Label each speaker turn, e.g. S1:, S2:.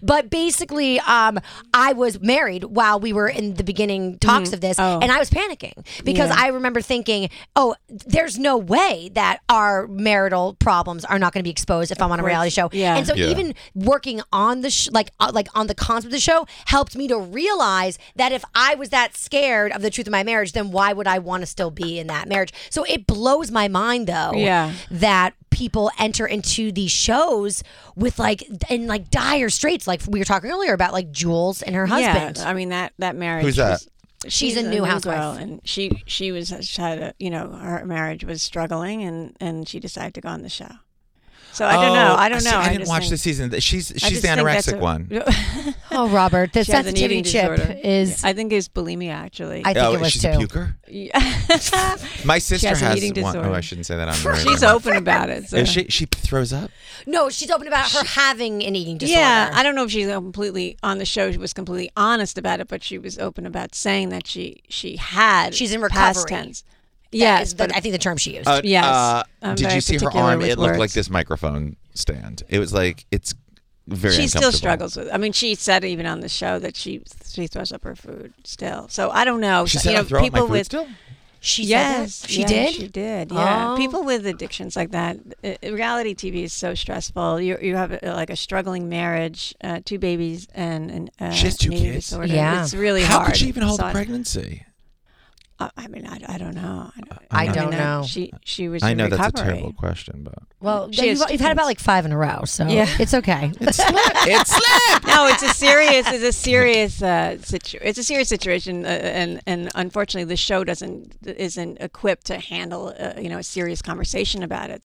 S1: But basically, um, I was married while we were in the beginning talks of this, and I was panicking because I remember thinking, "Oh, there's no way that our marital problems are not going to be exposed if I'm on a reality show."
S2: Yeah.
S1: And so
S3: Yeah.
S1: even working on the sh- like uh, like on the concept of the show helped me to realize that if I was that scared of the truth of my marriage, then why would I want to still be in that marriage? So it blows my mind though
S2: Yeah.
S1: that people enter into these shows with like in like dire straits like we were talking earlier about like Jules and her husband.
S2: Yeah, I mean that that marriage.
S3: Who's that?
S2: was-
S1: She's a new housewife.
S2: girl, and she she was she had a, you know her marriage was struggling, and and she decided to go on the show. So I don't know.
S3: Oh,
S2: I don't
S3: see,
S2: know.
S3: I didn't
S2: just
S3: watch
S2: think-
S3: the season. She's
S2: I
S3: she's
S2: just
S3: the
S2: think that's
S3: anorexic
S2: a-
S3: one.
S1: Oh, Robert, the
S2: She has an
S1: sensitivity
S2: eating
S1: chip
S2: disorder.
S1: is
S2: I think it's bulimia actually.
S1: I think
S3: oh,
S1: it was
S3: she's
S1: too.
S3: a puker.
S2: Yeah.
S3: My sister
S2: has
S3: has,
S2: an eating
S3: one. Oh,
S2: disorder.
S3: I shouldn't say that on the radio.
S2: She's open about it. so-
S3: Is she she throws up.
S1: No, she's open about her having an eating disorder.
S2: Yeah, I don't know if she's completely on the show. She was completely honest about it, but she was open about saying that she she had.
S1: She's in
S2: Past
S1: recovery.
S2: tense. Yes,
S1: but
S2: but
S1: I think the term she used.
S3: Uh,
S2: Yes.
S3: uh,
S2: I'm
S3: did
S2: very
S3: you see her
S2: particular
S3: arm?
S2: with
S3: It looked like
S2: words.
S3: this microphone stand. It was like it's very.
S2: she still
S3: uncomfortable.
S2: struggles with. I mean, she said even on the show that she she throws up her food still. So I don't know.
S3: She
S2: You
S3: said,
S2: know,
S3: "I throw up my
S2: people
S3: food
S2: with
S3: still."
S1: she
S2: yes,
S1: said that? she
S2: yeah,
S1: did.
S2: She did. Yeah.
S1: Oh.
S2: People with addictions like that. uh, reality TV is so stressful. You you have uh, like a struggling marriage, uh, two babies, and and uh,
S3: She has two
S2: an eating
S3: kids?
S2: Disorder.
S1: Yeah.
S2: It's really
S3: How
S2: hard.
S3: could she even hold
S2: So
S3: a
S2: I-
S3: pregnancy?
S2: I I mean, I, I don't know. I don't,
S3: I
S2: mean,
S1: don't
S2: that-
S1: know.
S2: She she was.
S3: I
S2: in
S3: know
S2: recovery.
S3: that's a terrible question, but
S1: Well,
S2: She
S1: you've,
S2: has
S1: you've had about like five in a row, so
S2: Yeah.
S1: it's okay.
S3: it slipped.
S2: No, it's a serious. It's a serious uh, situ- It's a serious situation, uh, and and unfortunately, the show doesn't isn't equipped to handle uh, you know a serious conversation about it.